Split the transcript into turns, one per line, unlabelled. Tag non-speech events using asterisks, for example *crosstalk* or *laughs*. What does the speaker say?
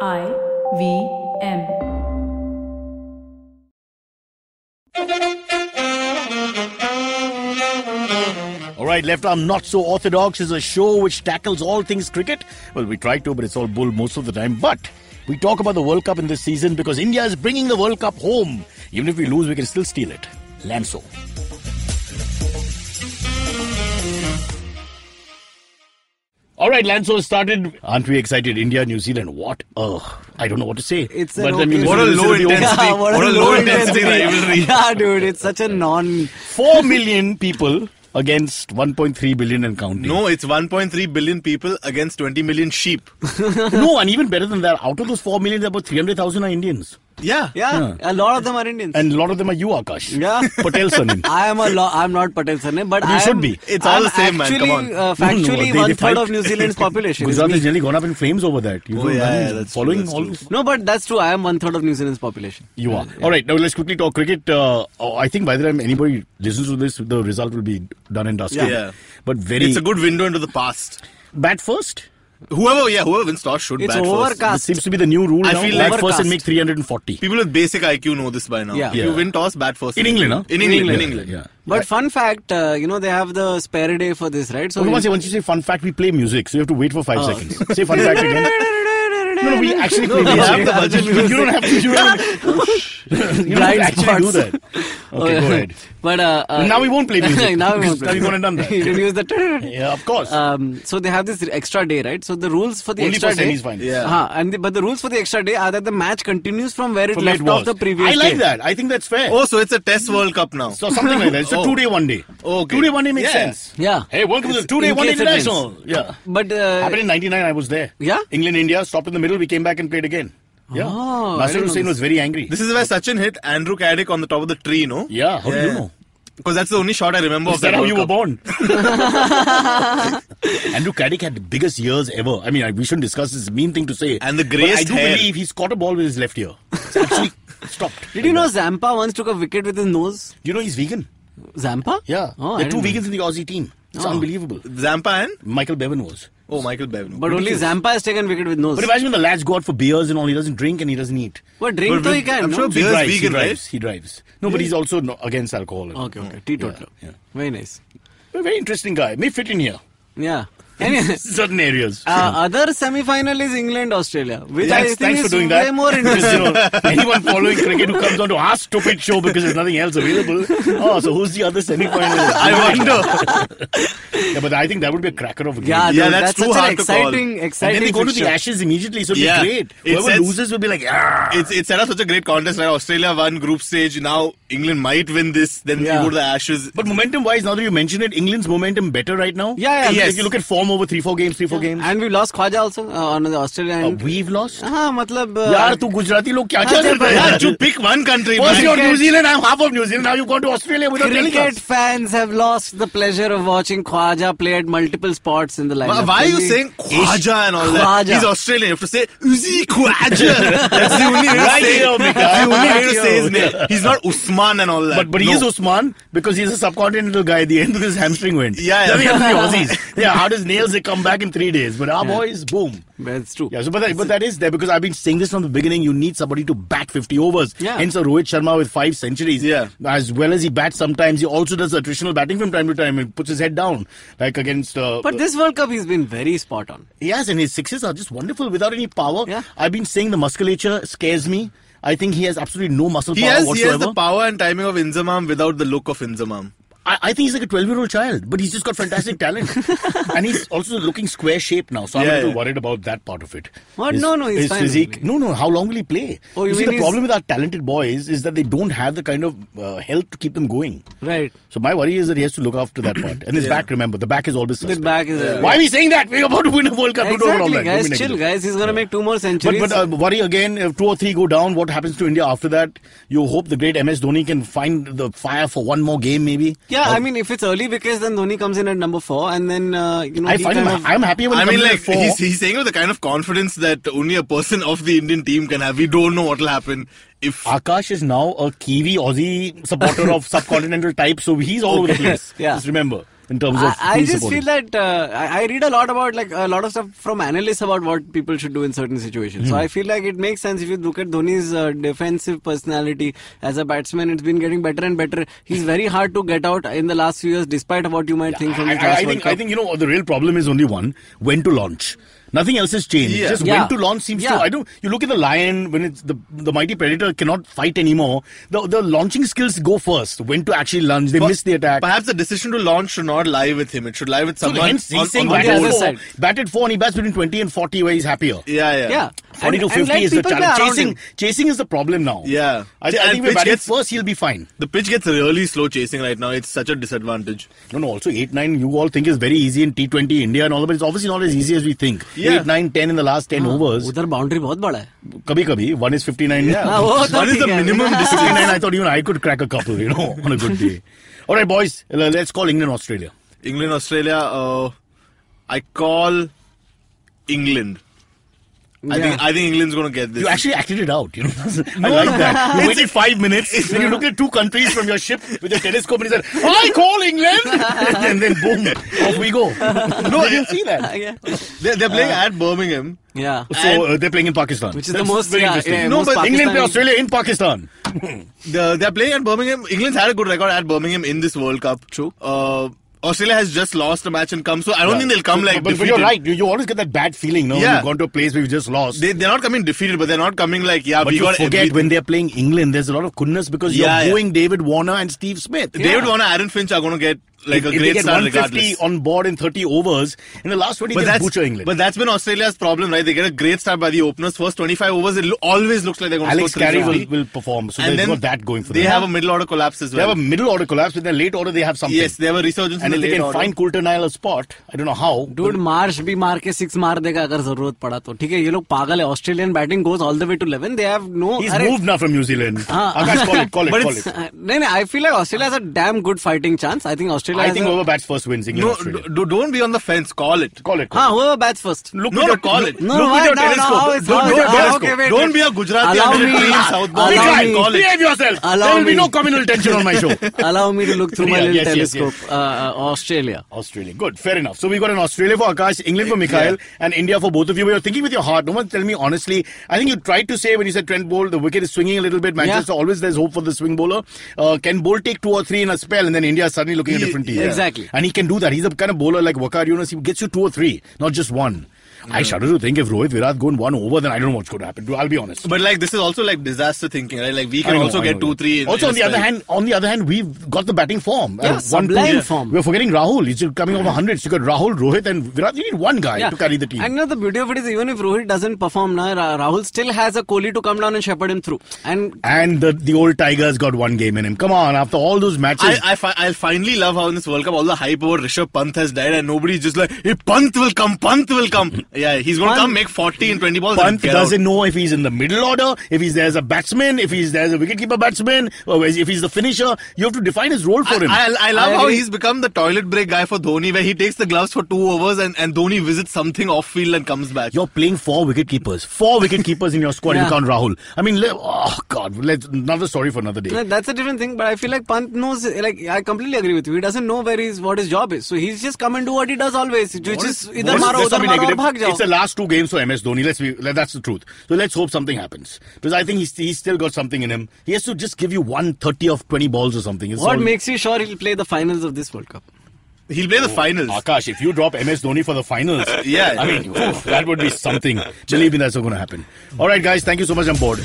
I V M.
All right, left arm not so orthodox is a show which tackles all things cricket. Well, we try to, but it's all bull most of the time. But we talk about the World Cup in this season because India is bringing the World Cup home. Even if we lose, we can still steal it. Lanso. All right, Lanso started. Aren't we excited? India, New Zealand. What? Oh, I don't know what to say.
It's an
but the
okay-
New
What
Zealand
a
is
low
in the
intensity.
Yeah, what a low intensity
rivalry.
Yeah, dude, it's such a non.
Four million people against 1.3 billion and counting.
No, it's 1.3 billion people against 20 million sheep.
no, and even better than that, out of those 4 million, about 300,000 are Indians.
Yeah.
Yeah, a lot of them are Indians.
And a lot of them are you, Akash.
Yeah.
*laughs* Patel
*laughs*
surname.
I am a lo- I'm not Patel surname, but
You
I am,
should be.
It's all
I'm
the same, man,
actually,
come on.
Uh,
No, no,
factually,
they- *laughs* they
one third
fight.
of
*laughs*
New Zealand's population. is
Gujarat
me.
has generally gone up in flames over that. You
Oh,
know,
yeah,
man,
yeah, that's true,
following
that's
all
true.
this.
No, but that's true. I am one third of New Zealand's population.
You are. All right, now let's quickly talk cricket. Uh, oh, I think by the time anybody listens to this, the result will be done and dusted.
Yeah. Yeah.
But very.
It's a good window into the past.
Bat first?
Whoever, yeah, whoever wins toss should
It's
bat first.
overcast.
That seems to be the new rule
I
now.
feel
bat
like-
first and make 340.
People with basic IQ know this by now.
Yeah.
If you
Yeah.
win toss, bat first.
In England, huh?
In England.
Yeah,
In England.
Yeah.
But fun fact, uh, you know, they have the spare day for this, right? So
Okay,
you-
once, you, once you say fun fact, we play music, so you have to wait for five
Oh,
seconds. Say fun fact again.
*laughs*
No,
*laughs*
no, we actually
No,
play
we
music.
have the budget
You don't have to. You
*laughs*
don't, you don't
Blind
actually do
spots.
that. Okay,
*laughs*
go ahead.
But uh, uh,
Now we won't
*laughs*
play music.
now we
because
won't play.
now we gone and done that.
*laughs* you can use the.
Yeah, of course.
Um, so they have this extra day, right? So the rules for the
Only
extra
for
day.
semis-finals.
Yeah.
Huh, and the, but the rules for the extra day are that the match continues from where it
From
left
it was.
off the previous
I like
day.
that. I think that's fair.
Oh, so it's a test World Cup now.
So something like that.
*laughs*
It's a
Oh.
two-day one day.
Okay.
Two-day one day makes
Yeah.
sense.
Yeah.
Hey, welcome to
It's
the two-day
in
one day
case it rains.
international. Yeah.
But uh,
Happened in '99. I was there.
Yeah?
England India stopped in the middle. We came back and played again. Yeah.
Oh, I
Nasser
didn't know
Hussain
this.
was very angry.
This is where Sachin hit Andrew Caddick on the top of the tree, no?
Yeah, how do you know?
Because that's the only shot I remember
Is
of that.
that how
World
you were
Cup.
born?
*laughs*
Andrew Caddick had the biggest years ever. I mean, I, we shouldn't discuss this mean thing to say.
And the
but I
greyest
do
hair.
believe he's caught a ball with his left ear. It's actually *laughs* stopped.
did you know Zampa once took a wicket with his nose?
You know he's vegan.
Zampa?
Yeah,
Oh, I
there are two
didn't know.
vegans in the Aussie team. It's
Oh.
unbelievable.
Zampa and?
Michael Bevan was.
Oh, Michael Bevan.
But only Zampa has taken wicket with nose.
But imagine when the lads go out for beers and all. He doesn't drink and he doesn't eat.
But drink
But
though
with-
he can.
I'm
no?
sure
He
Beer's
drives.
vegan,
he
right?
drives. He drives. No, but he's also no, against alcohol. oh,
Okay, okay. Teetotaler.
Yeah, yeah.
Very nice.
A very interesting guy. May fit in here. *laughs*
Yeah. Anyway,
Certain areas.
uh, other semi-final is England Australia, which
Thanks,
I think
thanks
is
for doing
way
that.
more
Because,
interesting. *laughs*
you know, anyone following cricket who comes on to our stupid show because there's nothing else available. Oh, so who's the other semi-finalist?
I wonder.
yeah, but I think that would be a cracker of a game.
yeah,
Yeah,
dude,
that's
that's
too
such an
hard to call.
exciting,
And
exciting.
then they go to the
fixture.
Ashes immediately, so it'll
Yeah.
be great.
It
Whoever
sets-
loses will be like, "Ah." "Argh."
it's it's set up such a great contest, right? Australia won group stage. Now England might win this. Then
Yeah.
we go to the Ashes.
But momentum-wise, now that you mention it, England's momentum better right now.
Yeah, yeah,
Yes.
yes.
If you look at form over three, four games, three, four games.
And we lost Khwaja also uh, on the Australia.
Uh,
And
we've lost.
हाँ मतलब uh,
यार तू गुजराती लोग क्या क्या
अच्छा,
कर रहे
yeah,
हैं
you pick one country.
First
man.
you're New Zealand, I'm half of New Zealand. Now you go to Australia without telling
cricket
us.
fans have lost the pleasure of watching Khwaja play at multiple spots in the lineup.
Why are you
Only-
saying Khwaja and all that?
Khwaja.
He's Australian. You have to say Uzi
*laughs*
Khwaja. That's the only way to say,
here, Mika.
that's the only way
Right
to
here.
say his name. He's not Usman and all that.
But but he
No.
is Usman because he's a subcontinental guy. At the end of his hamstring went.
Yeah, yeah.
Doesn't have
*laughs*
to be Aussies. Yeah, how does nails they come back in three days? But our boys, boom.
That's true.
Yeah, so but that, but that is there because I've been saying this from the beginning. You need somebody to bat 50 overs.
Yeah.
Hence, a Rohit Sharma with five centuries.
Yeah.
As well as he bats sometimes, he also does attritional batting from time to time and puts his head down, like against. Uh,
But this World Cup, he's been very spot on.
Yes, and his sixes are just wonderful without any power.
Yeah.
I've been saying the musculature scares me. I think he has absolutely no muscle
He
power
has, he
whatsoever.
has the power and timing of Inzamam without the look of Inzamam.
I, I think he's like a 12 year old child, but he's just got
*laughs*
fantastic talent. and he's also looking square shaped now, so I'm a
Yeah,
little
yeah.
worried about that part of it.
What?
His-
Oh, No, no, he's
his
fine.
physique. No, no, how long will he play?
Oh, you
see,
mean
the
he's-
problem with our talented boys is that they don't have the kind of uh, health to keep them going.
Right.
So my worry is that he has to look after that part. And his back, remember, the back is always
The
suspect.
back is. uh,
Why are we saying that? We're about to win a World Cup. Don't worry about all
Exactly,
that. Don't
guys.
be
Chill,
negative.
guys. He's gonna make two more
But,
centuries.
but uh, worry again, if two or three go down, what happens to India after that? You hope the great MS Dhoni can find the fire for one more game, maybe?
yeah, I mean, if it's early wickets, then Dhoni comes in at number four, and then uh, you know
I
he
find him,
kind of
I'm happy when he
I
comes
mean,
in at
like,
four.
he's, he's saying with the kind of confidence that only a person of the Indian team can have. We don't know what will happen if.
Akash is *laughs* now a Kiwi Aussie supporter of subcontinental type, so he's all over the place.
Yeah.
Just remember. in terms of
I, I
who's
just
supporting.
feel that uh, I, I read a lot about like a lot of stuff from analysts about what people should do in certain situations. So I feel like it makes sense if you look at Dhoni's uh, defensive personality as a batsman. It's been getting better and better. He's very hard to get out in the last few years, despite what you might think from
I,
his
I,
last
I
World
think,
Cup.
I think you know the real problem is only one: when to launch. Nothing else has changed.
Yeah.
Just
Yeah.
when to launch seems to.
Yeah.
I don't. You look at the lion when it's the the mighty predator cannot fight anymore. The the launching skills go first. When to actually lunge, they miss the attack.
Perhaps the decision to launch should not lie with him. It should lie with
So
someone
hence he's
on-
saying
on
that
the
batted
other
board.
four,
side.
batted four and he bats between 20 and 40 where he's happier.
Yeah, yeah.
yeah,
40
And-
to
and
50
let
is the
people play
challenge.
around
Chasing,
him.
chasing is the problem now.
Yeah.
I, thi- I
And
think we
pitch
batted
gets-
first, he'll be fine.
The pitch gets really slow chasing right now. It's such a disadvantage.
No, no, also 8 9, you all think is very easy in T20 India and all, but it's obviously not as easy as we think.
Yeah.
8 9, 10 in the last
Ah.
10 overs.
उधर boundary बहुत बड़ा है
*laughs* Kabhi kabhi, one is 59.
हाँ, वो तो
What is
ठीक
the
है।
minimum distance?
59, I thought even I could crack a couple, you know, *laughs* on a good day. All right, boys, l- let's call England Australia.
England, Australia. Uh, I call England. I think
Yeah.
I think England's going to get this.
You actually acted it out,
*laughs*
you know. I like *laughs* that. You waited five minutes, then you looked at two countries from your ship with a telescope and you
*laughs*
said, "Oh, I call England! and then boom, off we go. *laughs* No, Did you see
*laughs*
that?
Yeah.
they're, they're playing at Birmingham.
Yeah.
So uh, they're playing in Pakistan.
Which is the most-
very
yeah,
interesting.
yeah,
no,
most
but England play
Pakistani-
Australia in Pakistan.
The, they're playing at Birmingham. England's had a good record at Birmingham in this World Cup.
True.
Uh, Australia has just lost a match and come, so I don't think they'll come
So-
like.
But, but
defeated.
you're right. You, you always get that bad feeling, no? when
Yeah.
You've gone to a place where you've just lost.
They, they're not coming defeated, but they're not coming like yeah.
but
we
you
got
forget
everything.
when they're playing England, there's a lot of goodness because
Yeah, yeah.
you're booing David Warner and Steve Smith.
David Warner, Aaron Finch are going to get like
If-
a
if they
great
get
start
150
regardless.
on board in 30 overs, in the last 20
But
they
that's,
butcher England.
but that's been Australia's problem, right? They get a great start by the openers. First 25 overs, it lo- always looks like they're going to
Alex
score
Carey will,
350.
will perform, so they've
and then
got that going for
they
them.
have a middle order collapse as
they
well.
have a middle order collapse, with their late order they have something.
yes, they have a resurgence
and
in
if
the
they
late
can
order.
find Coulter Nile a spot, I don't know how.
Dude Marsh भी मार के six मार देगा अगर जरूरत पड़ा तो ठीक है ये लोग पागल है Australian batting goes all the way to 11 they have no
He's moved now from New Zealand.
Ah.
Akash, call it,
*laughs*
call it,
But
call
it's-
it.
uh, नहीं नहीं I feel like Australia has a damn good fighting chance I think Australia
I think whoever bats first wins England
no,
Australia.
do, don't be on the fence. Call it.
Call it.
हां हाँ, whoever bats first
Look with
No, no,
your,
call
look-
it.
No,
look
no,
with your
no, no,
telescope.
how is-
look
how
with
is-
your
how-
telescope.
okay, wait, wait.
Don't be a Gujarati
Allow
under
me-
dream
Allow
southbound.
Be
Be
quiet.
kind.
me-
Call it.
Behave yourself.
Allow
there will be
me.
no communal tension on my show.
*laughs*
allow me to look through my
Yeah,
little
yes, yes, yes.
telescope uh, uh, australia
Australia. Good. Fair enough. So we got an Australia for Akash, England for Mikhail, and India for both of you. But you're thinking with your heart. No one tell me honestly. I think you tried to say when you said Trent Bolt, the wicket is swinging a little bit. Manchester always there's hope for the swing bowler. Uh, can Bolt take two or three in a spell, and then India is suddenly looking a
Ye-
different team.
exactly.
And he can do that. He's the kind of bowler like Wakar Yunus. He gets you two or three, not just one. I shudder to think if Rohit Virat go in one over, then I don't know what's going to happen. I'll be honest.
But like this is also like disaster thinking, right? Like we
I
can
know,
also
I
get
know.
two, three. In,
also,
in
on
a
the other
spell.
hand, on the other hand, we've got the batting form.
Yeah, sublime form.
We're forgetting Rahul. He's coming over hundreds. You got Rahul, Rohit, and Virat. You need one guy to carry the team.
And now the beauty of it is even if Rohit doesn't perform, na, Ra- Rahul still has a Kohli to come down and shepherd him through. And
And the, the old Tigers got one game in him. Come on, after all those matches.
I, I fi- I'll finally love how in this World Cup all the hype over Rishabh Pant has died and nobody's just like, hey, Pant will come, Pant
*laughs*
will come. Yeah, he's going to
Pant-
come, make 40 in 20 balls.
Pant
and get
doesn't
out.
know if he's in the middle order, if he's there as a batsman, if he's there as a wicketkeeper batsman, or if he's the finisher. You have to define his role for him.
I, I, I love
I
how
agree.
he's become the toilet break guy for Dhoni, where he takes the gloves for two overs and, and Dhoni visits something off field and comes back.
You're playing four wicket keepers. Four wicket keepers in your squad. You
Yeah.
can't Rahul. I mean, le- oh God, let's another story for another day.
No, that's a different thing, but I feel like Pant knows. Like I completely agree with you. He doesn't know where he's what his job is, so he's just come and do what he does always, which is idhar
Let's-
maro,
let's not
udhar
be
maro, aur
negative.
bhag
It's the
jao.
last two games for MS Dhoni. Let's be let- that's the truth. So let's hope something happens because I think he's he's still got something in him. He has to just give you one thirty of twenty balls or something. It's
What
all-
makes you sure he'll play the finals of this World Cup?
He'll
Oh,
play the finals.
Akash, if you drop MS Dhoni for the finals,
Yeah.
I mean oof, that would be something. Believe me, that's not going to happen. All right, guys, thank you so much. I'm bored.